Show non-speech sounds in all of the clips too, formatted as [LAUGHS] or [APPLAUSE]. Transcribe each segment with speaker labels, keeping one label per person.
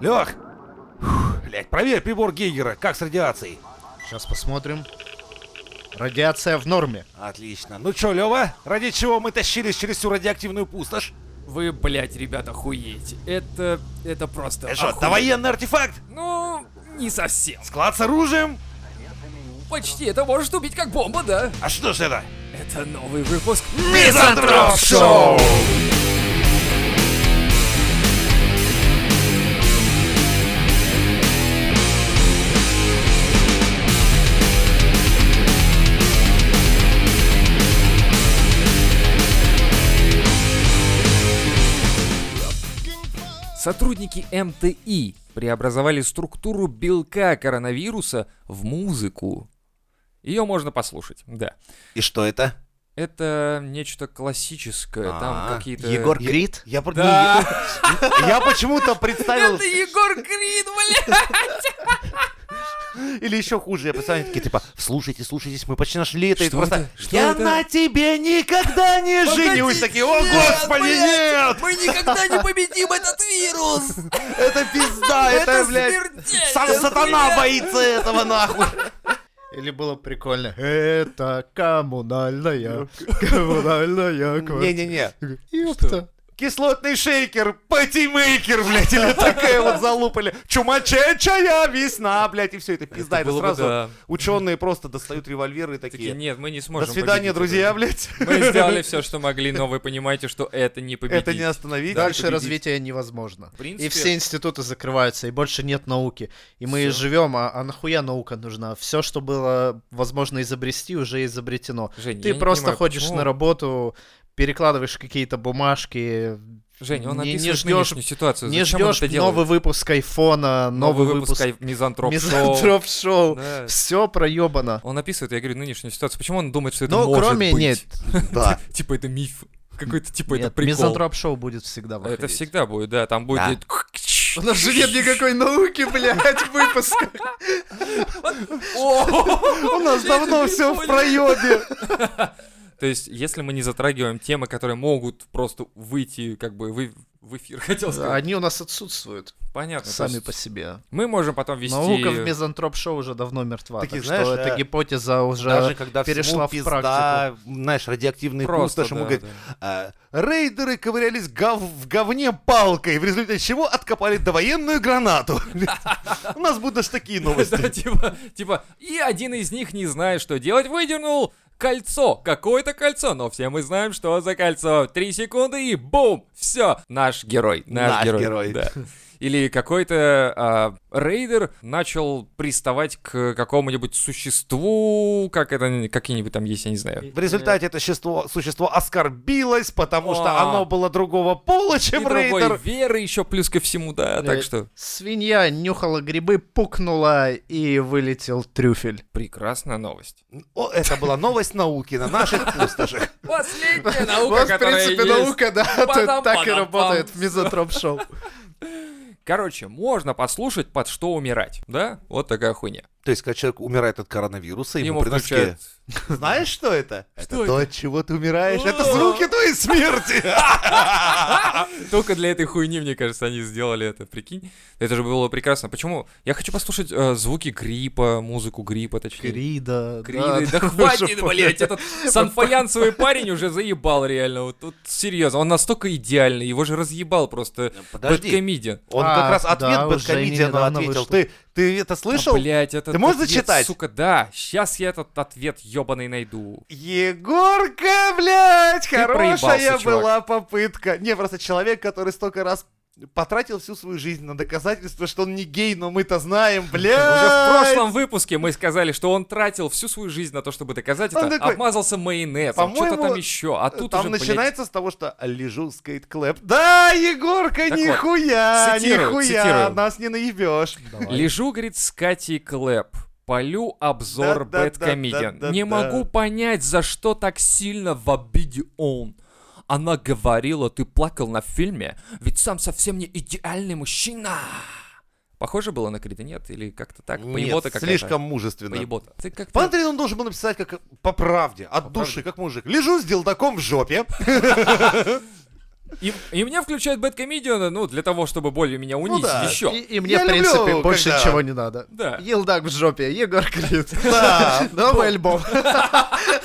Speaker 1: Лех! Фух, Блядь, проверь прибор Гейгера, как с радиацией.
Speaker 2: Сейчас посмотрим. Радиация в норме.
Speaker 1: Отлично. Ну чё, Лева, ради чего мы тащились через всю радиоактивную пустошь?
Speaker 3: Вы, блядь, ребята, охуеете. Это... это просто...
Speaker 1: Это Э, что,
Speaker 3: охуе-
Speaker 1: довоенный артефакт?
Speaker 3: Ну, не совсем.
Speaker 1: Склад с оружием?
Speaker 3: Почти, это может убить как бомба, да?
Speaker 1: А что ж это?
Speaker 3: Это новый выпуск
Speaker 1: Мизантроп Шоу!
Speaker 3: Сотрудники МТИ преобразовали структуру белка коронавируса в музыку. Ее можно послушать, да.
Speaker 1: И что это?
Speaker 3: Это нечто классическое, там
Speaker 1: А,
Speaker 3: какие-то...
Speaker 2: Егор Крид?
Speaker 1: Я, про-
Speaker 3: Да.
Speaker 1: ну, [LAUGHS] я- я почему-то представил,
Speaker 3: Это Егор Крид, бля!
Speaker 1: или еще хуже, я представил, они такие типа, слушайте, слушайтесь, мы почти нашли это, и
Speaker 3: Что
Speaker 1: просто,
Speaker 3: это? Что
Speaker 1: я
Speaker 3: это?
Speaker 1: на тебе никогда не женюсь, такие, о господи, нет,
Speaker 3: Мы никогда не победим этот вирус!
Speaker 1: это пизда, это, блядь,
Speaker 3: смертельно,
Speaker 1: сам сатана
Speaker 3: блядь.
Speaker 1: боится этого, нахуй.
Speaker 2: Или было прикольно? Это коммунальная, коммунальная квартира.
Speaker 1: Не-не-не,
Speaker 2: Ёпта.
Speaker 1: кислотный шейкер, пэтимейкер, блядь, или такая вот залупали. Чумачечая весна, блядь, и все это пизда. Это
Speaker 3: было бы да.
Speaker 1: сразу ученые просто достают револьверы и
Speaker 3: Такие,
Speaker 1: такие.
Speaker 3: нет, мы не
Speaker 1: До
Speaker 3: сможем
Speaker 1: свидания,
Speaker 3: победить
Speaker 1: друзья,
Speaker 3: это».
Speaker 1: блядь.
Speaker 3: Мы сделали все, что могли, но вы понимаете, что это не победить.
Speaker 1: [LAUGHS] Это не остановить. не
Speaker 2: Дальше
Speaker 1: победить.
Speaker 2: развитие невозможно.
Speaker 3: принципе-
Speaker 2: И все институты закрываются, и больше нет науки. И мы живем, а, а нахуя наука нужна? Все, что было возможно изобрести, уже изобретено.
Speaker 3: Жень, я
Speaker 2: Ты
Speaker 3: не
Speaker 2: просто
Speaker 3: понимаю,
Speaker 2: ходишь
Speaker 3: почему-
Speaker 2: на работу, перекладываешь какие-то бумажки,
Speaker 3: Жень, он
Speaker 2: не- не
Speaker 3: описывает
Speaker 2: ждёшь-
Speaker 3: нынешнюю ситуацию.
Speaker 2: не
Speaker 3: Зачем он
Speaker 2: ждешь
Speaker 3: это делает?
Speaker 2: новый выпуск айфона,
Speaker 3: Новый
Speaker 2: новый,
Speaker 3: выпуск
Speaker 2: выпуск
Speaker 3: ай- мизантроп.
Speaker 2: [LAUGHS]
Speaker 3: Шоу.
Speaker 2: мизантроп шоу.
Speaker 3: Да.
Speaker 2: Все проебано.
Speaker 3: Он описывает, я говорю, нынешнюю ситуацию. Почему он думает, что это
Speaker 2: Ну,
Speaker 3: может
Speaker 2: кроме
Speaker 3: быть?
Speaker 2: нет,
Speaker 1: Да.
Speaker 3: Типа [LAUGHS] это миф. Какой-то типа это
Speaker 2: нет,
Speaker 3: прикол.
Speaker 2: мизантроп шоу будет всегда выходить.
Speaker 3: Это всегда будет, да. Там будет... [LAUGHS]
Speaker 1: Да.
Speaker 2: У нас же нет никакой науки, блядь, в выпусках. [LAUGHS]
Speaker 3: О!
Speaker 1: У нас
Speaker 3: Я
Speaker 1: давно
Speaker 3: это не
Speaker 1: все в
Speaker 3: понял.
Speaker 1: проеме.
Speaker 3: То есть, если мы не затрагиваем темы, которые могут просто выйти, как бы, вы- в эфир, [LAUGHS] хотел сказать.
Speaker 2: Они у нас отсутствуют
Speaker 3: Понятно. ну, то
Speaker 2: сами
Speaker 3: есть
Speaker 2: по себе.
Speaker 3: Мы можем потом вести...
Speaker 2: Наука в мизантроп-шоу уже давно мертва,
Speaker 1: Такие,
Speaker 2: так
Speaker 1: знаешь,
Speaker 2: что эта
Speaker 1: э,
Speaker 2: гипотеза уже...
Speaker 1: Даже когда всему
Speaker 2: перешла в
Speaker 1: пизда, знаешь, радиоактивные
Speaker 3: Просто,
Speaker 1: пустоши, мы
Speaker 3: да,
Speaker 1: говорим,
Speaker 3: да.
Speaker 1: а, рейдеры ковырялись гов- в говне палкой, в результате чего откопали довоенную гранату. У нас будут даже такие
Speaker 3: [LAUGHS] Да,
Speaker 1: новости.
Speaker 3: типа, типа, и один из них, не зная, что делать, выдернул кольцо. Какое-то кольцо, но все мы знаем, что за кольцо. Три секунды и бум! Все, наш герой. Наш,
Speaker 1: Наш
Speaker 3: герой.
Speaker 1: герой.
Speaker 3: да. Или какой-то а, рейдер начал приставать к какому-нибудь существу, как это, какие-нибудь там есть, я не знаю.
Speaker 1: В результате это существо, существо оскорбилось, потому что
Speaker 3: О.
Speaker 1: оно было другого пола, чем
Speaker 3: и другой
Speaker 1: рейдер.
Speaker 3: веры еще плюс ко всему, да,
Speaker 2: Э,
Speaker 3: так что
Speaker 2: Свинья нюхала грибы, пукнула и вылетел трюфель.
Speaker 3: прекрасная новость.
Speaker 1: О, это была новость науки на наших пустошах.
Speaker 3: [LAUGHS] Последняя наука,
Speaker 2: вот, в
Speaker 3: которая
Speaker 2: принципе,
Speaker 3: есть.
Speaker 2: наука, да, [LAUGHS]
Speaker 3: Падам,
Speaker 2: так и
Speaker 3: падам,
Speaker 2: работает в
Speaker 3: пам.
Speaker 2: мизантроп-шоу.
Speaker 3: Короче, можно послушать под что умирать, да? Вот такая хуйня.
Speaker 1: То есть, когда человек умирает от коронавируса, ему,
Speaker 3: Ему
Speaker 1: приносят такие,
Speaker 3: включают
Speaker 1: Знаешь, что это?
Speaker 3: Что
Speaker 1: это то, от чего ты умираешь. Это
Speaker 3: О.
Speaker 1: звуки твоей смерти.
Speaker 3: Только для этой хуйни, мне кажется, они сделали это, прикинь. Это же было прекрасно. Почему? Я хочу послушать э, звуки гриппа, музыку гриппа, точнее.
Speaker 2: Крида.
Speaker 3: Криды. Да, хватит, блядь,
Speaker 1: [LAUGHS]
Speaker 3: а этот санфаянцевый парень уже заебал реально. Вот тут серьезно, он настолько идеальный, его же разъебал просто бэткомедиан.
Speaker 1: Он
Speaker 2: А,
Speaker 1: как раз
Speaker 2: да,
Speaker 1: ответ
Speaker 2: уже
Speaker 1: бэткомедиану
Speaker 2: недавно
Speaker 1: ответил.
Speaker 2: вышло.
Speaker 1: Ты, ты это слышал?
Speaker 3: Блять, это
Speaker 1: Ты можешь
Speaker 3: А, ответ,
Speaker 1: зачитать?
Speaker 3: Сука, да. Сейчас я этот ответ ебаный найду.
Speaker 1: Егорка, блядь, хорошая
Speaker 3: проебался, чувак.
Speaker 1: была попытка. Не, просто человек, который столько раз потратил всю свою жизнь на доказательство, что он не гей, но мы-то
Speaker 3: [LAUGHS]
Speaker 1: знаем,
Speaker 3: Уже в
Speaker 1: блядь.
Speaker 3: прошлом выпуске мы сказали, что он тратил всю свою жизнь на то, чтобы доказать
Speaker 1: Он
Speaker 3: это,
Speaker 1: такой,
Speaker 3: обмазался майонезом, что-то
Speaker 1: «По-моему,
Speaker 3: там еще, а тут
Speaker 1: Там
Speaker 3: уже, блядь,
Speaker 1: начинается с того, что лежу с Кейт Клэп. Да, Егорка,
Speaker 3: Так вот,
Speaker 1: нихуя,
Speaker 3: цитирую,
Speaker 1: нихуя,
Speaker 3: цитирую.
Speaker 1: нас не наебешь.
Speaker 3: Лежу, говорит, с Катей Клэп. Полю обзор
Speaker 1: Да-да-да-да-да-да.
Speaker 3: Bad Comedian. Не могу понять, за что так сильно в обиде он. Она говорила, ты плакал на фильме, ведь сам совсем не идеальный мужчина. Похоже было на Крида, нет? Или как-то так?
Speaker 1: Нет,
Speaker 3: Поебота какая-то.
Speaker 1: слишком мужественно.
Speaker 3: Поебота. Ты как-то...
Speaker 1: Пантрин он должен был написать как
Speaker 3: [LAUGHS]
Speaker 1: по правде, от души, как мужик. Лежу с делдаком в жопе.
Speaker 3: И, и мне включают бэткомедиана, ну, для того, чтобы более меня унизить
Speaker 1: да.
Speaker 2: И,
Speaker 3: [LAUGHS] еще.
Speaker 2: и мне,
Speaker 1: Я
Speaker 2: в принципе,
Speaker 1: люблю,
Speaker 2: больше
Speaker 1: когда-
Speaker 2: ничего не надо.
Speaker 3: Да.
Speaker 2: Елдак в жопе, Егор Крид.
Speaker 3: [LAUGHS]
Speaker 1: Да,
Speaker 2: [LAUGHS] Новый альбом.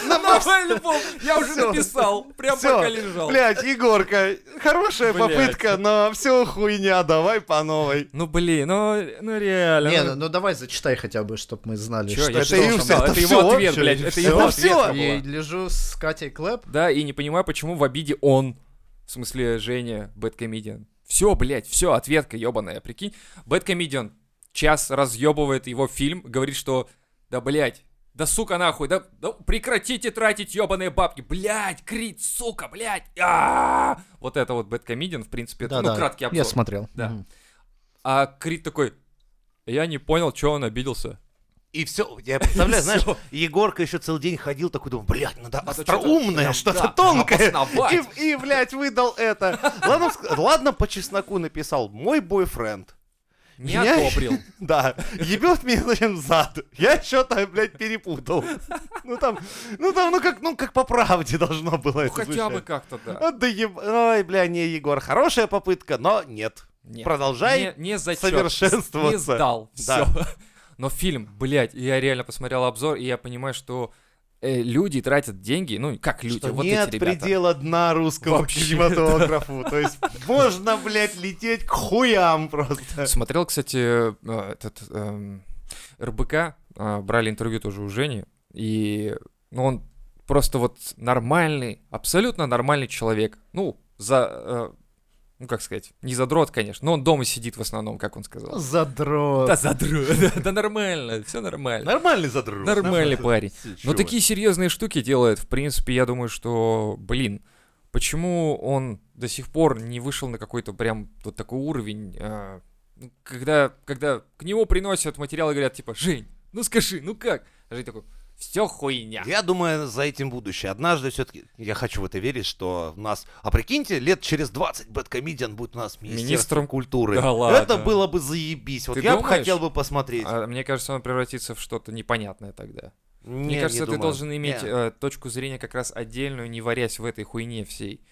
Speaker 3: Новый альбом я уже
Speaker 1: Всё.
Speaker 3: написал, прям
Speaker 1: Всё.
Speaker 3: пока лежал.
Speaker 1: блядь, Егорка, хорошая
Speaker 3: Блядь.
Speaker 1: попытка, но все хуйня, давай по новой.
Speaker 3: Ну, блин, ну, ну реально.
Speaker 2: Не,
Speaker 3: ну,
Speaker 2: ну, ну давай зачитай хотя бы, чтобы мы знали,
Speaker 3: Чё,
Speaker 2: что...
Speaker 3: я
Speaker 1: это
Speaker 3: что,
Speaker 1: и
Speaker 3: там
Speaker 1: всё,
Speaker 3: было?
Speaker 1: это
Speaker 3: Это его
Speaker 1: всё
Speaker 3: ответ,
Speaker 1: вообще,
Speaker 3: блядь, это
Speaker 1: всё,
Speaker 3: его
Speaker 1: всё.
Speaker 3: ответка
Speaker 2: И
Speaker 3: была.
Speaker 2: лежу с Катей Клэп.
Speaker 3: Да, и не понимаю, почему в обиде он. В смысле, Женя, бэткомедиан. Все, блядь, все, ответка ебаная, прикинь. Бэткомедиан час разъебывает его фильм, говорит, что да, блядь, да сука нахуй, да, да прекратите тратить ебаные бабки, блядь, крит, сука, блядь, а Вот это вот бэткомедиан, в принципе, это, ну, краткий
Speaker 2: Я
Speaker 3: обзор.
Speaker 2: смотрел.
Speaker 3: Да.
Speaker 2: Мгм.
Speaker 3: А крит такой, я не понял, чего он обиделся.
Speaker 1: И все, я представляю, знаешь,
Speaker 3: Всё.
Speaker 1: Егорка еще целый день ходил, такой думал, блядь, надо
Speaker 3: Надо
Speaker 1: остроумное,
Speaker 3: что-то
Speaker 1: что-то
Speaker 3: прям, да,
Speaker 1: тонкое.
Speaker 3: обосновать.
Speaker 1: И, и, блядь, выдал это. Ладно, ск- ладно, по чесноку написал, мой бойфренд.
Speaker 3: Не
Speaker 1: Меня-
Speaker 3: одобрил.
Speaker 1: Да, ебет меня, зачем зад. Я что-то, блядь, перепутал. Ну там, ну там, ну как, ну как по правде должно было
Speaker 3: Ну,
Speaker 1: это
Speaker 3: хотя
Speaker 1: звучать.
Speaker 3: бы как-то, да.
Speaker 1: [LAUGHS] А, да еб- Ой, бля, не, Егор, хорошая попытка, но нет.
Speaker 3: Нет.
Speaker 1: Продолжай.
Speaker 3: не, не зачет,
Speaker 1: совершенствоваться.
Speaker 3: Не сдал.
Speaker 1: Да.
Speaker 3: Все. [LAUGHS] Но фильм, блядь, я реально посмотрел обзор, и я понимаю, что э, люди тратят деньги, ну, как люди,
Speaker 1: Что
Speaker 3: вот
Speaker 1: нет
Speaker 3: эти ребята.
Speaker 1: предела дна русскому
Speaker 3: Вообще,
Speaker 1: кинематографу. То есть можно, блядь, лететь к хуям просто.
Speaker 3: Смотрел, кстати, э, этот эм, РБК, э, брали интервью тоже у Жени, и ну, он просто вот нормальный, абсолютно нормальный человек. Ну, за... э, ну, как сказать, не задрот, конечно, но он дома сидит в основном, как он сказал.
Speaker 2: Ну, Задрот.
Speaker 3: Да задрот, [LAUGHS] да, да нормально, все нормально.
Speaker 1: Нормальный задрот.
Speaker 3: Нормальный парень. Ну,
Speaker 1: Чего?
Speaker 3: Но такие серьезные штуки делает. В принципе, я думаю, что, блин, почему он до сих пор не вышел на какой-то прям вот такой уровень, а, ну, когда, когда к нему приносят материалы и говорят, типа, Жень, ну скажи, ну как? А Жень такой, все хуйня.
Speaker 1: Я думаю, за этим будущее. Однажды все-таки, я хочу в это верить, что у нас... А прикиньте, лет через 20 Бэткомедиан будет у нас
Speaker 3: Министром
Speaker 1: министром культуры.
Speaker 3: Да ладно.
Speaker 1: Это было бы заебись. Вот
Speaker 3: Ты
Speaker 1: я бы
Speaker 3: думаешь?
Speaker 1: хотел бы посмотреть.
Speaker 3: А мне кажется, он превратится в что-то непонятное тогда.
Speaker 1: Не,
Speaker 3: Мне
Speaker 1: не
Speaker 3: кажется, ты
Speaker 1: думаю.
Speaker 3: должен иметь
Speaker 1: Не.
Speaker 3: э, точку зрения как раз отдельную, не варясь в этой хуйне всей.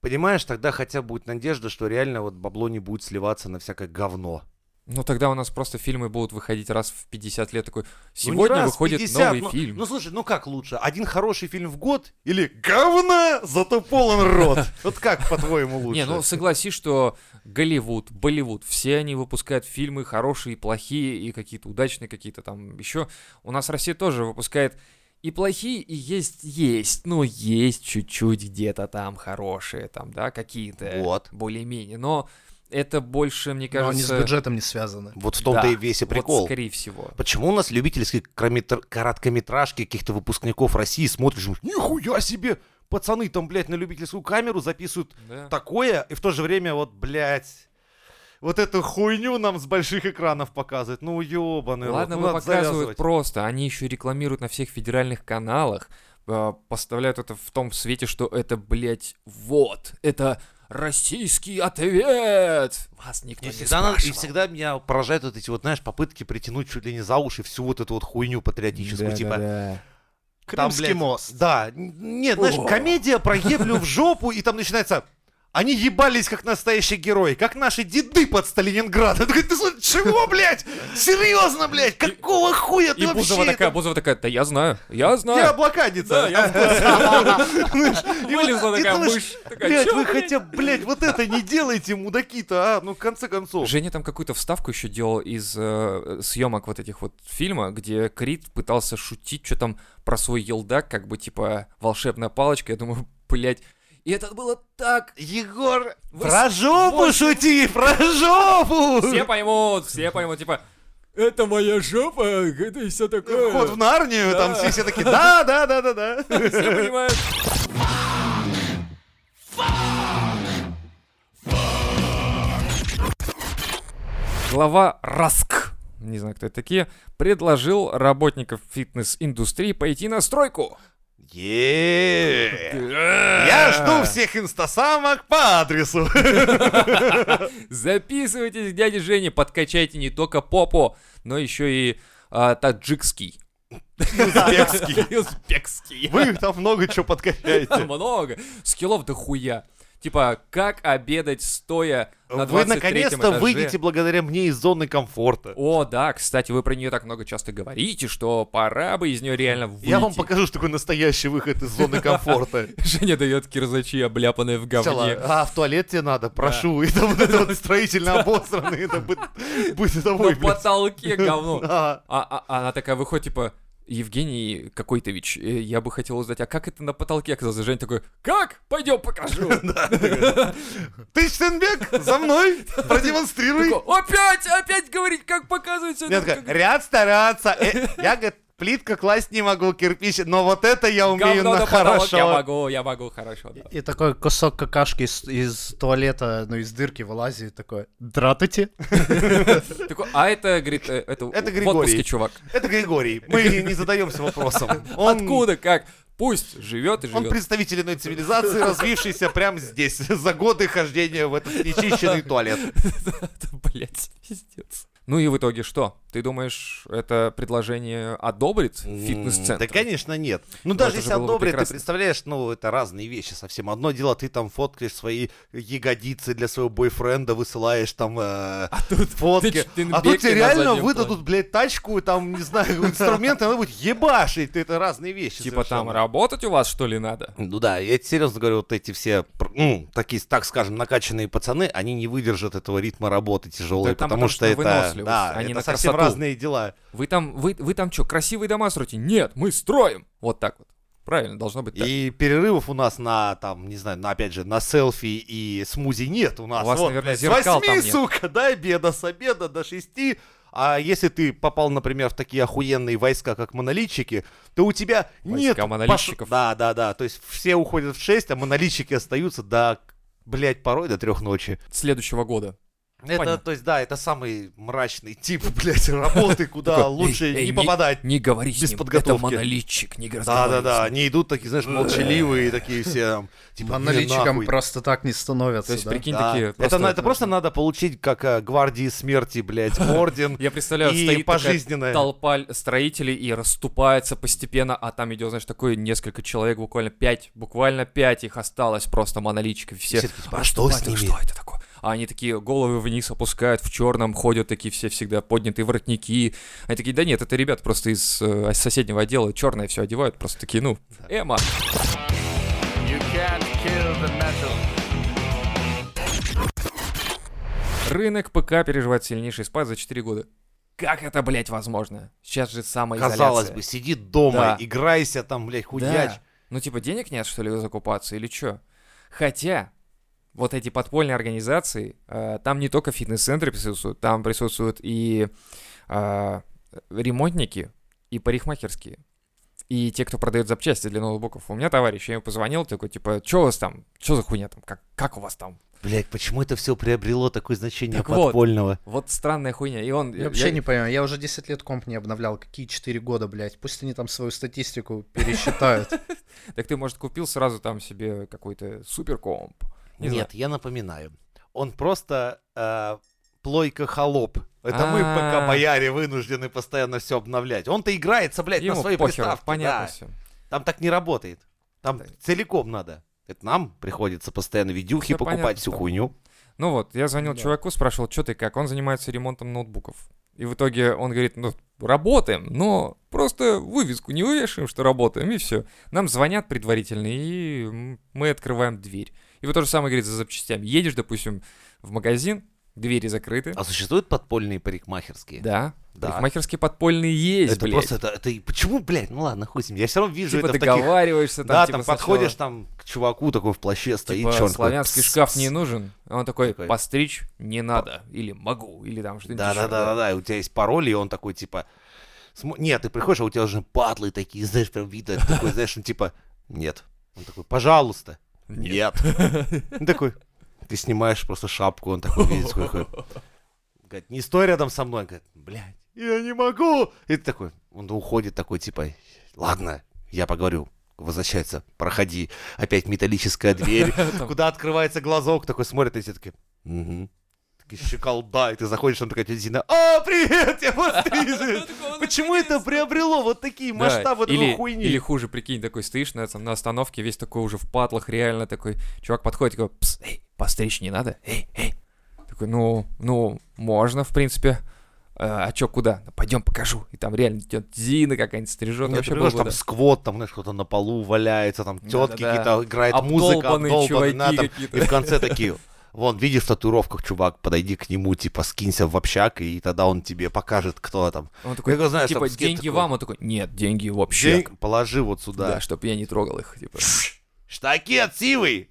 Speaker 1: Понимаешь, тогда хотя бы будет надежда, что реально вот бабло не будет сливаться на всякое говно.
Speaker 3: Ну тогда у нас просто фильмы будут выходить раз в 50 лет. Такой,
Speaker 1: Ну, не
Speaker 3: сегодня
Speaker 1: раз,
Speaker 3: выходит
Speaker 1: 50,
Speaker 3: новый
Speaker 1: ну-
Speaker 3: фильм.
Speaker 1: Ну слушай, ну как лучше? Один хороший фильм в год или говна, зато полон рот?
Speaker 3: [LAUGHS]
Speaker 1: Вот как, по-твоему, лучше?
Speaker 3: Не, ну согласись, что Голливуд, Болливуд, все они выпускают фильмы хорошие, и плохие, и какие-то удачные, какие-то там еще. У нас Россия тоже выпускает и плохие, и есть, есть, но есть чуть-чуть где-то там хорошие, там, да, какие-то.
Speaker 1: Вот.
Speaker 3: Более-менее, но это больше, мне
Speaker 2: Но они с
Speaker 3: кажется...
Speaker 2: бюджетом не связаны.
Speaker 1: Вот в том-то
Speaker 3: да,
Speaker 1: и весь и
Speaker 3: вот
Speaker 1: прикол.
Speaker 3: скорее всего.
Speaker 1: Почему у нас любительские крометр- короткометражки каких-то выпускников России смотришь, и думаешь, нихуя себе, пацаны там, блядь, на любительскую камеру записывают
Speaker 3: Да.
Speaker 1: такое, и в то же время вот, блядь, вот эту хуйню нам с больших экранов показывают. Ну, ёбаный рот,
Speaker 3: Ладно,
Speaker 1: ну,
Speaker 3: мы
Speaker 1: надо
Speaker 3: показывают
Speaker 1: завязывать.
Speaker 3: просто, они еще рекламируют на всех федеральных каналах, э, поставляют это в том свете, что это, блядь, вот, это российский ответ. Вас никто
Speaker 1: И
Speaker 3: не
Speaker 1: всегда, надо- и
Speaker 3: спрашивал.
Speaker 1: всегда меня поражают вот эти вот, знаешь, попытки притянуть чуть ли не за уши всю вот эту вот хуйню патриотическую,
Speaker 3: Да,
Speaker 1: типа,
Speaker 3: да, да.
Speaker 1: Там,
Speaker 2: Крымский
Speaker 1: блядь,
Speaker 2: мост.
Speaker 1: Да, н- нет, знаешь,
Speaker 3: О.
Speaker 1: комедия про еблю в жопу, и там начинается... Они ебались как настоящие герои, как наши деды под Сталининградом. Ты, ты слушай, чего, блядь? Серьезно, блядь? Какого хуя ты
Speaker 3: И
Speaker 1: вообще?
Speaker 3: Бузова такая,
Speaker 1: это-
Speaker 3: Бузова такая, да я знаю, я
Speaker 1: Я
Speaker 3: знаю.
Speaker 1: блокадница.
Speaker 3: Да, я
Speaker 1: [LAUGHS]
Speaker 3: в курсе.
Speaker 1: И вот-
Speaker 3: Вылезла
Speaker 1: и
Speaker 3: такая
Speaker 1: ты знаешь,
Speaker 3: мышь. такая,
Speaker 1: Блядь,
Speaker 3: «Чё,
Speaker 1: вы
Speaker 3: блядь?»
Speaker 1: хотя бы, блядь, вот это не делайте, мудаки-то, а? Ну, в конце концов.
Speaker 3: Женя там какую-то вставку еще делал из э, съемок вот этих вот фильма, где Крид пытался шутить, что там про свой елдак, как бы типа волшебная палочка. Я думаю, [LAUGHS] блядь. И это было так
Speaker 1: Егор,
Speaker 3: Вы
Speaker 1: про жопу
Speaker 3: восемь-
Speaker 1: [LAUGHS] шути, про жопу! [LAUGHS]
Speaker 3: Все поймут, все поймут, типа, это моя жопа, это и все такое.
Speaker 1: Вход в Нарнию, там
Speaker 3: Да.
Speaker 1: все все такие, да, да, да, да, да.
Speaker 3: Все понимают. Глава РАСК, не знаю, кто это такие, предложил работников фитнес-индустрии пойти на стройку.
Speaker 1: Е. [LAUGHS]
Speaker 3: Я
Speaker 1: Я жду всех инстасамок по адресу.
Speaker 3: Записывайтесь, к дяде Жене, подкачайте не только попу, но еще и а, таджикский.
Speaker 1: [LAUGHS] Узбекский. [LAUGHS]
Speaker 3: Узбекский.
Speaker 1: Вы там много чего подкачаете.
Speaker 3: Много. Скиллов до хуя. Типа, как обедать стоя на 23
Speaker 1: Вы наконец-то
Speaker 3: этаже?
Speaker 1: выйдете благодаря мне из зоны комфорта.
Speaker 3: О, да, кстати, вы про нее так много часто говорите, что пора бы из нее реально выйти.
Speaker 1: Я вам покажу, что такое настоящий выход из зоны комфорта.
Speaker 3: [LAUGHS] Женя дает кирзачи, обляпанные в
Speaker 1: Сначала,
Speaker 3: говне.
Speaker 1: а в туалет тебе надо, прошу. И там вот это вот строительно обосранный, это бы- бытовой,
Speaker 3: на
Speaker 1: блядь. [LAUGHS]
Speaker 3: потолке говно.
Speaker 1: А,
Speaker 3: А, а- она такая выходит, типа, Евгений Какойтович, э, я бы хотел узнать, а как это на потолке оказалось? И Женя такой, как? Пойдем
Speaker 1: [LAUGHS]
Speaker 3: покажу.
Speaker 1: Ты, Штенбек, за мной, продемонстрируй.
Speaker 3: Такой, Опять, опять говорить, как показывается.
Speaker 1: Я
Speaker 3: ну,
Speaker 1: такая,
Speaker 3: как
Speaker 1: ряд стараться. Э, Я, говорит, плитка класть не могу, кирпич, но вот это я умею
Speaker 3: говно
Speaker 1: на
Speaker 3: на потолок, я
Speaker 1: хорошо.
Speaker 3: могу, я могу, хорошо. да».
Speaker 2: И такой кусок какашки из, из туалета, ну, из дырки вылазит, такой, дратайте.
Speaker 3: Такой, а это, говорит, э,
Speaker 1: Это
Speaker 3: это, в отпуске
Speaker 1: Григорий.
Speaker 3: чувак.
Speaker 1: Это Григорий. Мы не задаемся
Speaker 3: [LAUGHS]
Speaker 1: вопросом. Он-
Speaker 3: Откуда, как? Пусть живет и
Speaker 1: Он
Speaker 3: живет.
Speaker 1: представитель иной цивилизации, развившийся прямо здесь, за годы хождения в этот нечищенный туалет.
Speaker 3: Блять, пиздец. Ну и в итоге что? Ты думаешь, это предложение одобрит
Speaker 1: Да,
Speaker 3: фитнес-центр?
Speaker 1: конечно, нет. Ну,
Speaker 3: Ну,
Speaker 1: даже
Speaker 3: это
Speaker 1: если
Speaker 3: же было бы
Speaker 1: одобрят, ты
Speaker 3: прекрасно.
Speaker 1: представляешь, ну, это разные вещи совсем. Одно дело, ты там фоткаешь свои ягодицы для своего бойфренда, высылаешь там э, фотки.
Speaker 3: ты ч- А ты
Speaker 1: а тут
Speaker 3: беги
Speaker 1: тебе
Speaker 3: на
Speaker 1: реально
Speaker 3: заднем
Speaker 1: выдадут,
Speaker 3: плане.
Speaker 1: блядь, тачку, там, не знаю, [LAUGHS] инструменты, она будет ебашить. Это разные вещи
Speaker 3: Типа там
Speaker 1: совершенно.
Speaker 3: работать у вас, что ли, надо?
Speaker 1: Ну да, я тебе серьезно говорю, вот эти все, пр- ну, такие, так скажем, накачанные пацаны, они не выдержат этого ритма работы тяжелой,
Speaker 3: Да,
Speaker 1: потому
Speaker 3: там потому
Speaker 1: что
Speaker 3: что
Speaker 1: это,
Speaker 3: выносливость,
Speaker 1: да,
Speaker 3: а не
Speaker 1: это
Speaker 3: на
Speaker 1: совсем
Speaker 3: красоту.
Speaker 1: разные дела.
Speaker 3: Вы там, вы, вы там что, красивые дома строите? Нет, мы строим! Вот так вот. Правильно, должно быть так.
Speaker 1: И перерывов у нас на, там, не знаю, на, опять же, на селфи и смузи нет у нас.
Speaker 3: У вас,
Speaker 1: вот,
Speaker 3: наверное,
Speaker 1: блядь, с
Speaker 3: зеркал
Speaker 1: восьми,
Speaker 3: там нет.
Speaker 1: сука, до обеда, с обеда до шести. А если ты попал, например, в такие охуенные войска, как монолитчики, то у тебя нет...
Speaker 3: Войска монолитчиков.
Speaker 1: Да, да, да. То есть все уходят в шесть, а монолитчики остаются до, блядь, порой до трех ночи.
Speaker 3: Следующего года.
Speaker 1: Это,
Speaker 3: Понятно.
Speaker 1: то есть, да, это самый мрачный тип, [LAUGHS] блядь,
Speaker 3: [LAUGHS]
Speaker 1: работы, куда
Speaker 3: Такой,
Speaker 1: лучше
Speaker 3: «Эй, эй,
Speaker 1: не попадать.
Speaker 3: Не говори с
Speaker 1: Без
Speaker 3: ним, это
Speaker 1: подготовки.
Speaker 3: монолитчик, не
Speaker 1: Да, да,
Speaker 3: разговаривай
Speaker 1: да,
Speaker 3: с ним».
Speaker 1: они идут такие, знаешь, молчаливые, такие все там, типа, «Не,
Speaker 2: Аналитчиком
Speaker 1: нахуй».
Speaker 2: просто так не становятся,
Speaker 3: То есть,
Speaker 2: да?
Speaker 3: прикинь,
Speaker 1: Да.
Speaker 3: такие...
Speaker 1: это, на- это просто надо получить, как э, гвардии смерти,
Speaker 3: [LAUGHS]
Speaker 1: блядь, орден.
Speaker 3: Я представляю,
Speaker 1: И
Speaker 3: стоит такая
Speaker 1: пожизненное.
Speaker 3: толпа л- строителей и расступается постепенно, а там идет, знаешь, такое несколько человек, буквально пять, буквально пять их осталось просто монолитчиков, все.
Speaker 1: И все такие, типа, «А что с
Speaker 3: это?
Speaker 1: ними?»
Speaker 3: ну Что это такое? А они такие головы вниз опускают, в черном ходят такие все всегда поднятые воротники. Они такие, да нет, это ребят просто из э, соседнего отдела черное все одевают, просто такие, ну, эмо. Рынок ПК переживает сильнейший спад за 4 года. Как это, блядь, возможно? Сейчас же самоизоляция.
Speaker 1: Казалось бы, сиди дома,
Speaker 3: Да.
Speaker 1: играйся там, блядь, худяч.
Speaker 3: Да. Ну, типа, денег нет, что ли, закупаться или что? Хотя, вот эти подпольные организации, э, там не только фитнес-центры присутствуют, там присутствуют и э, ремонтники, и парикмахерские, и те, кто продает запчасти для ноутбуков. У меня товарищ, я ему позвонил, такой, типа, что у вас там, что за хуйня там, как, как у вас там?
Speaker 1: Блядь, почему это все приобрело такое значение
Speaker 3: Так вот.
Speaker 1: подпольного?
Speaker 3: Вот странная хуйня, и он...
Speaker 2: Я вообще
Speaker 3: я-
Speaker 2: не понимаю, я уже 10 лет комп не обновлял, какие 4 года, блядь, пусть они там свою статистику пересчитают.
Speaker 3: Так ты, может, купил сразу там себе какой-то суперкомп? Не знаю.
Speaker 1: Нет, я напоминаю, он просто э, плойка холоп. Это мы,
Speaker 3: А-а-а.
Speaker 1: пока бояре, вынуждены постоянно все обновлять. Он-то играется, блядь, на
Speaker 3: Ему
Speaker 1: своей
Speaker 3: похеру,
Speaker 1: приставке.
Speaker 3: понятно
Speaker 1: да.
Speaker 3: все.
Speaker 1: Там так не работает. Там целиком надо. Это нам приходится постоянно видюхи
Speaker 3: Да
Speaker 1: покупать
Speaker 3: понятно,
Speaker 1: всю
Speaker 3: что.
Speaker 1: хуйню.
Speaker 3: Ну вот, я звонил
Speaker 2: Да.
Speaker 3: чуваку, спрашивал, что ты как, он занимается ремонтом ноутбуков. И в итоге он говорит, ну, работаем, но просто вывеску не вывешиваем, что работаем, и все. Нам звонят предварительно, и м, мы открываем дверь. И вот то же самое говорит за запчастями. Едешь, допустим, в магазин, двери закрыты.
Speaker 1: А существуют подпольные парикмахерские?
Speaker 3: Да,
Speaker 1: Да.
Speaker 3: парикмахерские подпольные есть,
Speaker 1: это
Speaker 3: блядь.
Speaker 1: просто это, это и- почему, блядь, ну ладно, хуй с ним. Я все равно вижу
Speaker 3: Типа
Speaker 1: это в таких.
Speaker 3: договариваешься,
Speaker 1: Да,
Speaker 3: типа,
Speaker 1: там подходишь
Speaker 3: сначала,
Speaker 1: там к чуваку такой в плаще стоит,
Speaker 3: типа,
Speaker 1: чёрт, такой,
Speaker 3: славянский
Speaker 1: «Пс,
Speaker 3: шкаф
Speaker 1: пс».
Speaker 3: не нужен. А Он такой,
Speaker 1: Такой,
Speaker 3: постричь не надо, или могу, или там что-нибудь
Speaker 1: Да,
Speaker 3: ещё,
Speaker 1: да, да, да, да. И У тебя есть пароль, и он такой типа. смо- Нет, ты приходишь, а у тебя уже патлы такие, знаешь, прям видно, такой, знаешь, он типа, нет. Он такой, пожалуйста. Нет.
Speaker 3: [LAUGHS]
Speaker 1: Он такой, ты снимаешь просто шапку, он такой видит,
Speaker 3: [LAUGHS]
Speaker 1: сколько. Говорит, не стой рядом со мной. Он Говорит, блядь, я не могу. И ты такой, он уходит такой, типа, ладно, я поговорю. Возвращается, проходи. Опять металлическая дверь,
Speaker 3: [LAUGHS] Там-
Speaker 1: куда открывается глазок, такой смотрит, и все таки, угу. всячески щеколда, и ты заходишь, там такая тетя Зина, а, привет, я
Speaker 3: [LAUGHS]
Speaker 1: вас вижу». Почему это приобрело вот такие
Speaker 3: Да,
Speaker 1: масштабы
Speaker 3: или,
Speaker 1: такой хуйни?
Speaker 3: или хуже, прикинь, такой стоишь на, этом, на остановке, весь такой уже в патлах, реально такой, чувак подходит, такой, пс, эй, постричь не надо, эй, эй. Такой, ну, ну, можно, в принципе. «А, а чё, куда? Ну, пойдем покажу. И там реально тетя Зина какая-нибудь стрижет.
Speaker 1: Ну,
Speaker 3: вообще
Speaker 1: ты понимаешь,
Speaker 3: полгода.
Speaker 1: там сквот, там, знаешь, кто-то на полу валяется, там
Speaker 3: Да-да-да.
Speaker 1: тетки какие-то играет музыка,
Speaker 3: Обдолбанные
Speaker 1: обдолбанные,
Speaker 3: чуваки
Speaker 1: на, там,
Speaker 3: какие-то.
Speaker 1: и в конце такие, вон, видишь в татуировках, чувак, подойди к нему, типа, скинься в общак, и тогда он тебе покажет, кто там.
Speaker 3: Он такой,
Speaker 1: его знаю,
Speaker 3: типа,
Speaker 1: там скид
Speaker 3: деньги
Speaker 1: такой.
Speaker 3: вам? Он такой, нет, деньги вообще.
Speaker 1: День, положи вот
Speaker 3: Да,
Speaker 1: сюда.
Speaker 3: чтоб я не трогал их,
Speaker 1: [LAUGHS]
Speaker 3: типа.
Speaker 1: Штакет сивый!
Speaker 3: И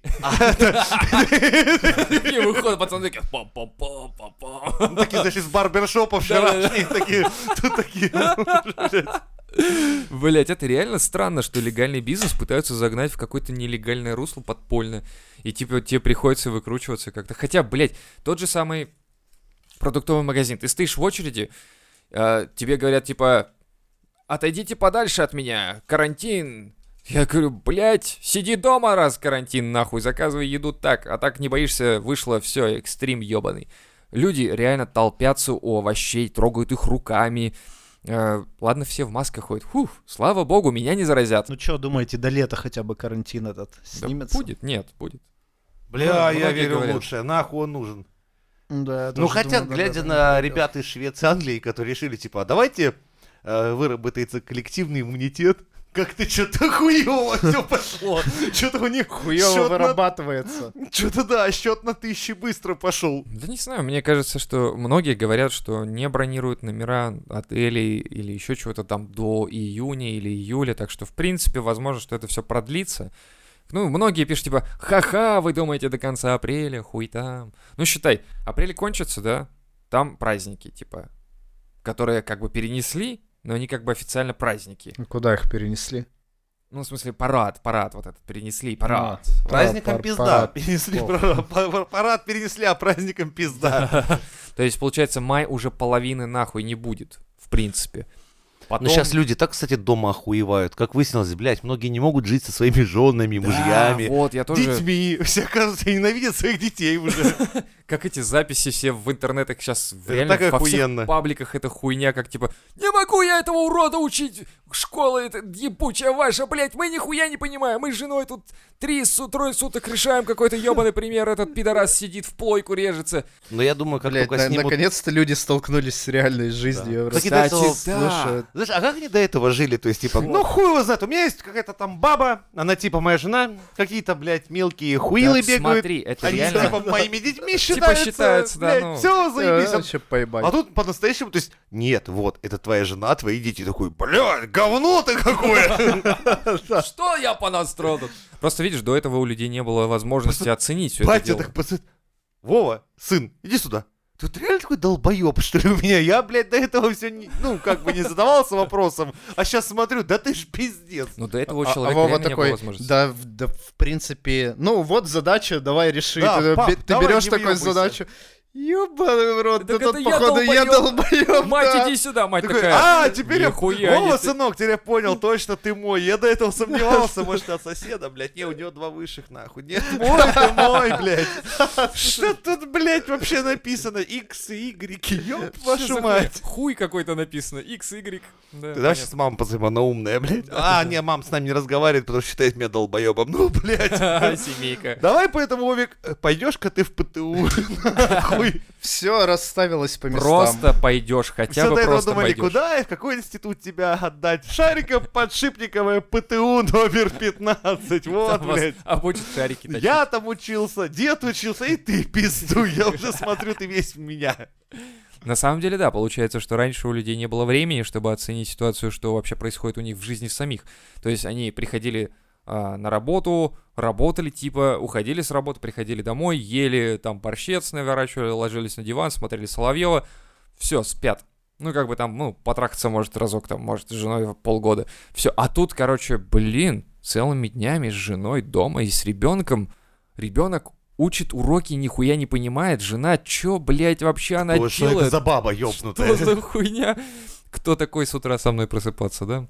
Speaker 3: выходят пацаны такие, пам-пам-пам-пам-пам.
Speaker 1: Ну, Такие, знаешь, из барбершопа
Speaker 3: Да-да-да.
Speaker 1: вчерашние, такие, тут такие.
Speaker 3: Блять, это реально странно, что легальный бизнес пытаются загнать в какое-то нелегальное русло подпольно. И типа тебе приходится выкручиваться как-то. Хотя, блять, тот же самый продуктовый магазин. Ты стоишь в очереди, э, тебе говорят, типа, отойдите подальше от меня, карантин. Я говорю, блядь, сиди дома раз карантин, нахуй, заказывай еду так, а так не боишься, вышло все, экстрим ебаный. Люди реально толпятся у овощей, трогают их руками. Э, ладно, все в масках ходят. Фух, слава богу, меня не
Speaker 2: [LAUGHS]
Speaker 3: заразят.
Speaker 2: Ну что, думаете, до лета хотя бы карантин этот
Speaker 3: Да
Speaker 2: снимется?
Speaker 3: будет, нет, будет.
Speaker 1: Бля, я
Speaker 3: Многие
Speaker 1: верю в
Speaker 3: говорят.
Speaker 1: Ну, лучшее, нахуй он нужен.
Speaker 2: Да, я
Speaker 1: Ну,
Speaker 2: тоже
Speaker 1: хотя,
Speaker 2: думаю, да,
Speaker 1: глядя
Speaker 2: да,
Speaker 1: на
Speaker 2: да.
Speaker 1: ребят из Швеции и Англии, которые решили, типа, а давайте э, выработается коллективный иммунитет, как-то что-то хуево [LAUGHS] все пошло. Что-то у них
Speaker 2: Хуёво
Speaker 1: счёт на-
Speaker 2: вырабатывается.
Speaker 1: Что-то да, счет на тысячи быстро пошел.
Speaker 3: Да не знаю, мне кажется, что многие говорят, что не бронируют номера отелей или еще чего-то там до июня или июля, так что, в принципе, возможно, что это все продлится. Ну, многие пишут, типа, ха-ха, вы думаете до конца апреля, хуй там. Ну, считай, апрель кончится, да, там праздники, типа, которые как бы перенесли, но они как бы официально праздники.
Speaker 2: [LAUGHS] Куда их перенесли?
Speaker 3: Ну, в смысле, парад, парад вот этот перенесли, парад.
Speaker 2: А,
Speaker 1: Праздником
Speaker 2: пар-
Speaker 1: пизда.
Speaker 2: парад.
Speaker 1: Перенесли
Speaker 2: О.
Speaker 1: пар- пар- парад, перенесли, а праздником пизда.
Speaker 3: То есть, получается, май уже половины нахуй не будет, в принципе. Потом...
Speaker 1: [LAUGHS] Ну сейчас люди так, кстати, дома охуевают. Как выяснилось, блядь, многие не могут жить со своими женами,
Speaker 3: Да,
Speaker 1: мужьями,
Speaker 3: А, вот, я тоже...
Speaker 1: детьми. Все, кажется, ненавидят своих детей [LAUGHS] уже.
Speaker 3: Как эти записи все в интернетах сейчас реально
Speaker 1: так
Speaker 3: во
Speaker 1: охуенно.
Speaker 3: всех пабликах эта хуйня, как типа «Не могу я этого урода учить! Школа это ебучая ваша, блядь, мы нихуя не понимаем! Мы с женой тут три, су- трое суток решаем какой-то ебаный пример, этот пидорас сидит в плойку режется».
Speaker 1: Но я думаю, как
Speaker 2: Блядь,
Speaker 1: только
Speaker 2: на-
Speaker 1: снимут
Speaker 2: наконец-то люди столкнулись с реальной жизнью.
Speaker 1: Так и
Speaker 2: Евростат
Speaker 1: до этого-
Speaker 3: да.
Speaker 2: слушает.
Speaker 1: Знаешь, а как они до этого жили? То есть, типа, ну хуй его знает, у меня есть какая-то там баба, она типа моя жена, какие-то, блядь, мелкие хуилы
Speaker 3: Так
Speaker 1: бегают.
Speaker 3: Смотри, это
Speaker 1: Они
Speaker 3: реально...
Speaker 1: типа моими детьми
Speaker 3: Типа
Speaker 1: считаются,
Speaker 3: считаются, да,
Speaker 1: блядь,
Speaker 3: ну.
Speaker 1: все,
Speaker 2: Да,
Speaker 1: заебись.
Speaker 2: Вообще поебать.
Speaker 1: А тут по-настоящему, то есть, нет, вот, это твоя жена, твои дети. Такой, блядь, говно ты
Speaker 3: [LAUGHS]
Speaker 1: какое!
Speaker 3: Что я понастроил тут? Просто видишь, до этого у людей не было возможности оценить все это
Speaker 1: Батя
Speaker 3: дело.
Speaker 1: так посмотрит. Вова, сын, иди сюда. Ты вот реально такой долбоеб, что ли, у меня? Я, блядь, до этого все, ну, как бы не задавался вопросом, а сейчас смотрю, да ты ж пиздец.
Speaker 3: Но Ну, до этого у
Speaker 2: А- а
Speaker 3: человека
Speaker 2: Вова
Speaker 3: реально не было
Speaker 2: такой,
Speaker 3: возможности.
Speaker 2: Да, в- да, в принципе, ну вот задача, давай реши.
Speaker 1: Да,
Speaker 2: ты
Speaker 1: пап,
Speaker 2: бе- ты
Speaker 1: давай,
Speaker 2: берешь
Speaker 1: не
Speaker 2: такую
Speaker 1: въебывайся.
Speaker 2: задачу. Ёбаный в рот, да
Speaker 3: Так
Speaker 2: тут,
Speaker 3: это я
Speaker 2: походу, я долбоёб.
Speaker 3: Мать,
Speaker 2: да.
Speaker 3: иди сюда, мать
Speaker 1: Такой,
Speaker 3: такая.
Speaker 1: а, теперь я...
Speaker 3: «Нихуя
Speaker 1: Вова,
Speaker 3: не ты».
Speaker 1: сынок, теперь я понял, точно ты мой. Я до этого сомневался, может, от соседа, блядь. Не, у него два высших, нахуй. Нет, [LAUGHS] мой ты [LAUGHS] мой, блядь. Что тут, блядь, вообще написано? X и Y, ёб
Speaker 3: Что
Speaker 1: вашу
Speaker 3: за
Speaker 1: мать.
Speaker 3: хуйня? Хуй какой-то написано. X, Y. Да,
Speaker 1: Ты
Speaker 3: [LAUGHS]
Speaker 1: давай сейчас мама позовем, она умная, блядь. [LAUGHS] А, не, мам с нами не разговаривает, потому что считает меня долбоебом. Ну, блядь. [LAUGHS]
Speaker 3: понятно. Семейка.
Speaker 1: Давай поэтому, Овик, пойдешь-ка ты в ПТУ. [LAUGHS] Нахуй.
Speaker 2: Все расставилось по местам.
Speaker 3: Просто пойдешь, хотя
Speaker 1: Все
Speaker 3: бы
Speaker 1: до этого
Speaker 3: просто
Speaker 1: думали,
Speaker 3: пойдешь.
Speaker 1: куда и в какой институт тебя отдать. Шариков подшипниковое ПТУ номер 15. Вот,
Speaker 3: [LAUGHS] Там вас
Speaker 1: блядь.
Speaker 3: обучат шарики
Speaker 1: [LAUGHS]
Speaker 3: точить.
Speaker 1: Я там учился, дед учился, и ты пизду. Я уже смотрю, ты весь в меня.
Speaker 3: На самом деле, да, получается, что раньше у людей не было времени, чтобы оценить ситуацию, что вообще происходит у них в жизни самих. То есть они приходили а, на работу, работали, типа, уходили с работы, приходили домой, ели там борщец, наворачивали, ложились на диван, смотрели Соловьева, все, спят. Ну, как бы там, ну, потрахаться может разок, там, может, с женой полгода. Все. А тут, короче, блин, целыми днями с женой дома и с ребенком. Ребенок учит уроки, нихуя не понимает. Жена, чё, блядь, вообще она
Speaker 1: Ой, Что ну это
Speaker 3: делает?
Speaker 1: за баба
Speaker 3: Что
Speaker 1: ёбнутая?
Speaker 3: за хуйня? Кто такой с утра со мной просыпаться, да?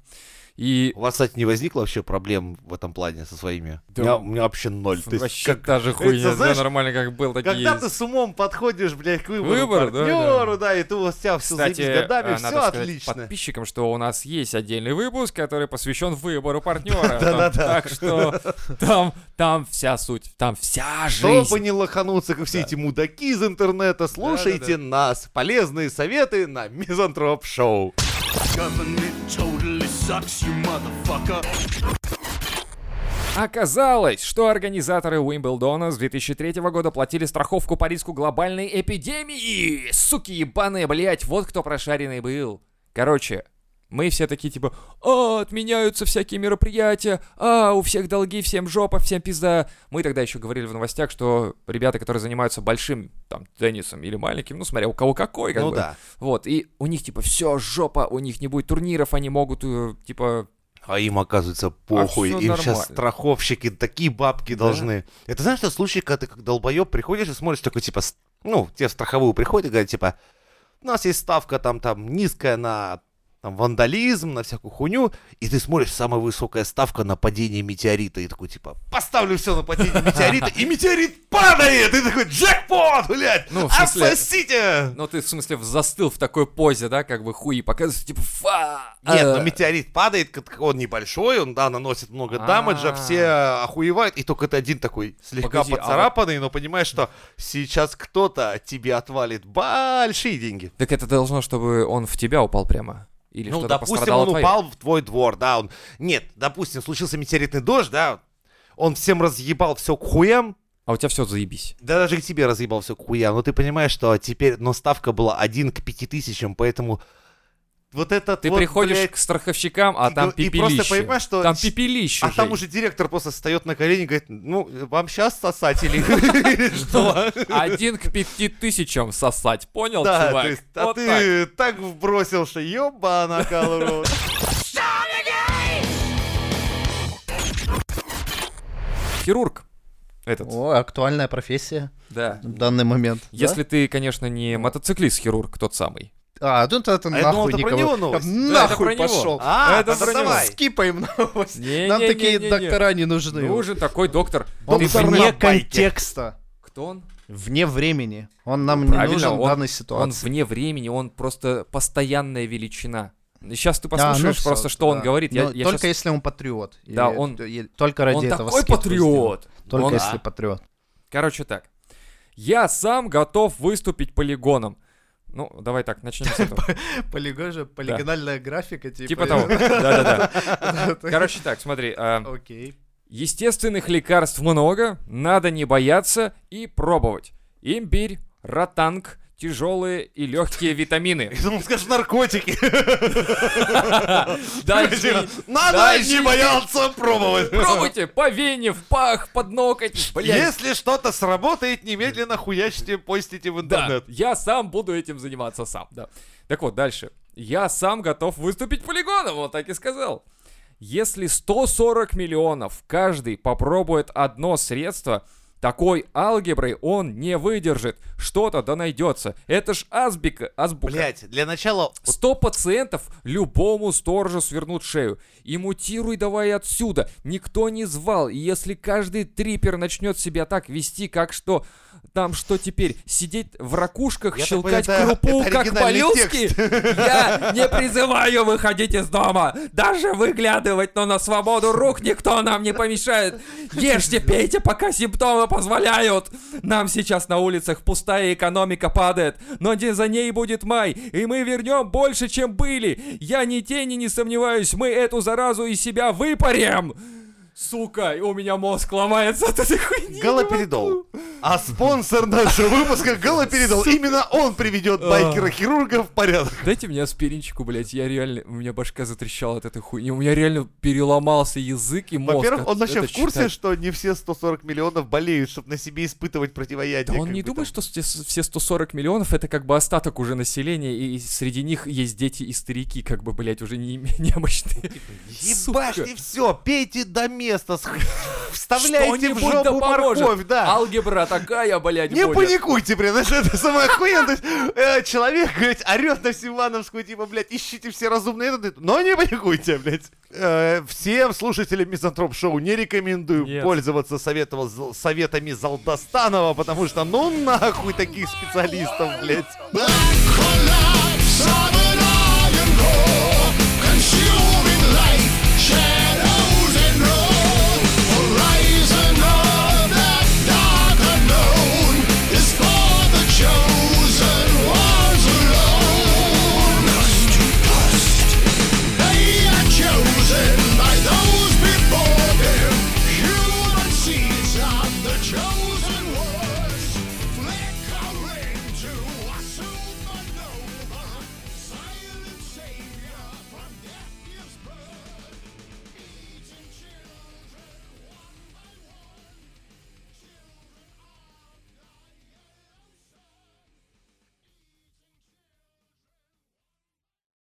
Speaker 3: И
Speaker 1: У вас, кстати, не возникло вообще проблем в этом плане со своими?
Speaker 3: Да.
Speaker 1: У, меня, у меня вообще ноль. То есть,
Speaker 3: вообще
Speaker 1: как-
Speaker 3: та же хуйня,
Speaker 1: это, знаешь,
Speaker 3: да, нормально как был, так и
Speaker 1: когда
Speaker 3: есть.
Speaker 1: ты с умом подходишь, блядь, к выбору,
Speaker 3: Выбор, да,
Speaker 1: партнеру, да, и ты у тебя все
Speaker 3: Кстати,
Speaker 1: с годами,
Speaker 3: э,
Speaker 1: все
Speaker 3: надо сказать
Speaker 1: отлично.
Speaker 3: подписчикам, что у нас есть отдельный выпуск, который посвящен
Speaker 1: [LAUGHS]
Speaker 3: выбору партнера. Там-
Speaker 1: Да-да-да.
Speaker 3: Так что там, там вся суть, там вся
Speaker 1: Чтобы
Speaker 3: жизнь.
Speaker 1: не лохануться, как все эти мудаки из интернета, слушайте нас. Полезные советы на Мизантроп Шоу.
Speaker 4: Government totally sucks, you motherfucker.
Speaker 3: Оказалось, что организаторы Уимблдона с 2003 года платили страховку по риску глобальной эпидемии. Суки ебаные, блять, вот кто прошаренный был. Короче, мы все такие типа, а, отменяются всякие мероприятия, а, у всех долги, всем жопа, всем пизда. Мы тогда еще говорили в новостях, что ребята, которые занимаются большим там теннисом или маленьким, ну смотря у кого какой, как
Speaker 1: Ну
Speaker 3: бы.
Speaker 1: да.
Speaker 3: Вот, и у них типа все жопа, у них не будет турниров, они могут э, типа
Speaker 1: А им, оказывается, похуй.
Speaker 3: всё
Speaker 1: им
Speaker 3: нормально.
Speaker 1: сейчас страховщики такие бабки должны. Это знаешь, тот случай, когда ты как долбоеб приходишь и смотришь такой, типа, с- ну, тебе в страховую приходят и говорят, типа, у нас есть ставка там, там, низкая на там, вандализм, на всякую хуйню, и ты смотришь, самая высокая ставка на падение метеорита, и такой, типа, поставлю все на
Speaker 3: [LAUGHS]
Speaker 1: падение метеорита, и метеорит падает, и ты такой, джекпот, блядь,
Speaker 3: Ну, в смысле-
Speaker 1: отсосите!
Speaker 3: Ну, ты, в смысле, застыл в такой позе, да, как бы хуи показываешь, типа, фа!
Speaker 1: Нет,
Speaker 3: а».
Speaker 1: но метеорит падает, как- он небольшой, он, да, наносит много
Speaker 3: А.
Speaker 1: дамаджа, все э, охуевают, и только ты один такой слегка
Speaker 3: Погоди, а вот-
Speaker 1: поцарапанный, но понимаешь, что сейчас кто-то тебе отвалит большие деньги.
Speaker 3: Так это должно, чтобы он в тебя упал прямо. Или
Speaker 1: ну,
Speaker 3: что-то
Speaker 1: допустим,
Speaker 3: пострадало
Speaker 1: он
Speaker 3: твое.
Speaker 1: упал в твой двор, да, он... Нет, допустим, случился метеоритный дождь, да, он всем разъебал все к хуям,
Speaker 3: А у тебя все заебись.
Speaker 1: да даже и тебе разъебал все к хуям, но ты понимаешь, что теперь, но ставка была 1 к пяти тысячам, поэтому вот этот
Speaker 3: Ты
Speaker 1: вот,
Speaker 3: приходишь
Speaker 1: блядь,
Speaker 3: к страховщикам, а
Speaker 1: и
Speaker 3: там
Speaker 1: го- и
Speaker 3: пепелище.
Speaker 1: просто понимаешь, что
Speaker 3: Там
Speaker 1: щ-
Speaker 3: пепелище
Speaker 1: А там
Speaker 3: Жень.
Speaker 1: уже [LAUGHS] директор просто встает на колени и говорит, ну, вам сейчас сосать
Speaker 3: [LAUGHS]
Speaker 1: или или что?
Speaker 3: Один к пяти тысячам сосать, понял,
Speaker 1: Да,
Speaker 3: Ну, чувак?
Speaker 1: то есть, а
Speaker 3: Вот так.
Speaker 1: ты так вбросил, что ёбана,
Speaker 3: [LAUGHS]
Speaker 1: Калру.
Speaker 3: Хирург этот,
Speaker 2: О, актуальная профессия
Speaker 3: да.
Speaker 2: в данный момент. да?
Speaker 3: Если ты, конечно, не мотоциклист-хирург тот самый.
Speaker 2: А, ну тогда ты
Speaker 1: я думал,
Speaker 2: нахуй
Speaker 1: это про
Speaker 2: никого-
Speaker 1: него новость.
Speaker 2: Я
Speaker 3: Да, это про
Speaker 2: Нахуй
Speaker 3: него.
Speaker 2: пошел.
Speaker 1: А,
Speaker 3: Это
Speaker 1: тогда
Speaker 3: про него.
Speaker 1: [LAUGHS] давай.
Speaker 2: Скипаем [LAUGHS] новость.
Speaker 3: Не,
Speaker 2: Нам
Speaker 3: не,
Speaker 2: такие
Speaker 3: не, не, не.
Speaker 2: доктора не нужны.
Speaker 3: Нужен Ну такой доктор.
Speaker 2: Он
Speaker 3: Ты
Speaker 1: Ну Доктор на
Speaker 3: пони-
Speaker 2: вне
Speaker 1: байке.
Speaker 2: контекста,
Speaker 3: Кто он?
Speaker 2: вне времени. Он нам не
Speaker 3: Правильно,
Speaker 2: нужен в
Speaker 3: он-
Speaker 2: данной
Speaker 3: Он
Speaker 2: ситуации.
Speaker 3: вне времени, он просто постоянная величина. Сейчас ты
Speaker 2: А, ну
Speaker 3: послушаешь
Speaker 2: всё,
Speaker 3: просто, что он
Speaker 2: да.
Speaker 3: говорит. Я-
Speaker 2: Ну,
Speaker 3: я
Speaker 2: только
Speaker 3: щас-
Speaker 2: если он патриот.
Speaker 3: Да,
Speaker 2: Или-
Speaker 3: он-
Speaker 2: или- Только ради
Speaker 3: Он
Speaker 2: этого
Speaker 3: такой
Speaker 2: скидку сделал.
Speaker 3: патриот.
Speaker 2: Только
Speaker 3: Он- А.
Speaker 2: если патриот.
Speaker 3: Короче так. Я сам готов выступить полигоном. Ну, давай так, начнем
Speaker 2: [LAUGHS]
Speaker 3: с этого.
Speaker 2: Полигон же, полигональная графика, типа.
Speaker 3: Типа
Speaker 2: [LAUGHS]
Speaker 3: того. Да-да-да. Короче так, смотри. а,
Speaker 2: Окей.
Speaker 3: Естественных лекарств много, надо не бояться и пробовать. Имбирь, ротанг, тяжелые и легкие витамины.
Speaker 2: [LAUGHS]
Speaker 1: Я думал, Ну, скажешь,
Speaker 3: [LAUGHS]
Speaker 1: наркотики. Типа,
Speaker 3: Дальше.
Speaker 1: Надо
Speaker 3: Дальше.
Speaker 1: не бояться пробовать. [LAUGHS]
Speaker 3: Пробуйте по вене, в пах, под ноготь. Блядь,
Speaker 1: Если что-то сработает, немедленно хуячьте, постите в
Speaker 3: Да,
Speaker 1: интернет.
Speaker 3: я сам буду этим заниматься сам, да. Так вот, дальше. Я сам готов выступить полигоном, вот так и сказал. Если 140 миллионов каждый попробует одно средство, такой алгеброй он не выдержит. Что-то да найдется. Это ж азбика, азбука.
Speaker 1: Блять, для начала
Speaker 3: 100 пациентов любому сторожу свернут шею. И мутируй давай отсюда. Никто не звал. И если каждый трипер начнет себя так вести, как что... Там что теперь? Сидеть в ракушках,
Speaker 1: Я так
Speaker 3: щелкать
Speaker 1: понимаю, это-
Speaker 3: крупу,
Speaker 1: это
Speaker 3: как
Speaker 1: оригинальный
Speaker 3: малюски? Я не призываю выходить из дома. Даже выглядывать, но на свободу рук никто нам не помешает. Ешьте, пейте, пока симптомы позволяют. Нам сейчас на улицах пустая экономика падает, но де- за ней будет май, и мы вернем больше, чем были. Я ни тени не сомневаюсь, мы эту заразу из себя выпарем. Сука, и у меня мозг ломается от этой хуйни.
Speaker 1: Галоперидол. А спонсор нашего
Speaker 3: [LAUGHS]
Speaker 1: выпуска Галоперидол. Именно он приведет байкера-хирурга в порядок.
Speaker 3: Дайте мне аспиринчику, блядь, я реально... У меня башка затрещала от этой хуйни. У меня реально переломался язык и мозг.
Speaker 1: Во-первых,
Speaker 3: от-
Speaker 1: он вообще
Speaker 3: это
Speaker 1: в курсе,
Speaker 3: читать.
Speaker 1: что не все 140 миллионов болеют, чтобы на себе испытывать противоядие.
Speaker 3: Да он
Speaker 1: как
Speaker 3: не
Speaker 1: бы там.
Speaker 3: думает, что все все 140 миллионов это как бы остаток уже населения, и среди них есть [LAUGHS] дети и старики, как бы, блядь, уже не, немощные.
Speaker 1: Ну, типа, Ебашьте
Speaker 3: Сука.
Speaker 1: все, пейте домикс, место с- [LAUGHS] вставляйте в
Speaker 3: Что-нибудь
Speaker 1: жопу
Speaker 3: да поможет.
Speaker 1: морковь, да.
Speaker 3: Алгебра такая, блядь,
Speaker 1: Не
Speaker 3: будет.
Speaker 1: паникуйте, блин, это, это самое охуенное. То есть, э, Человек, говорит, орет на всю Ивановскую, типа, блядь, ищите все разумные методы, но не паникуйте, блядь. Э, всем слушателям Мизантроп Шоу не рекомендую
Speaker 3: Нет.
Speaker 1: пользоваться советовал- зл- советами Залдостанова, потому что ну нахуй таких специалистов, блядь.
Speaker 4: Black color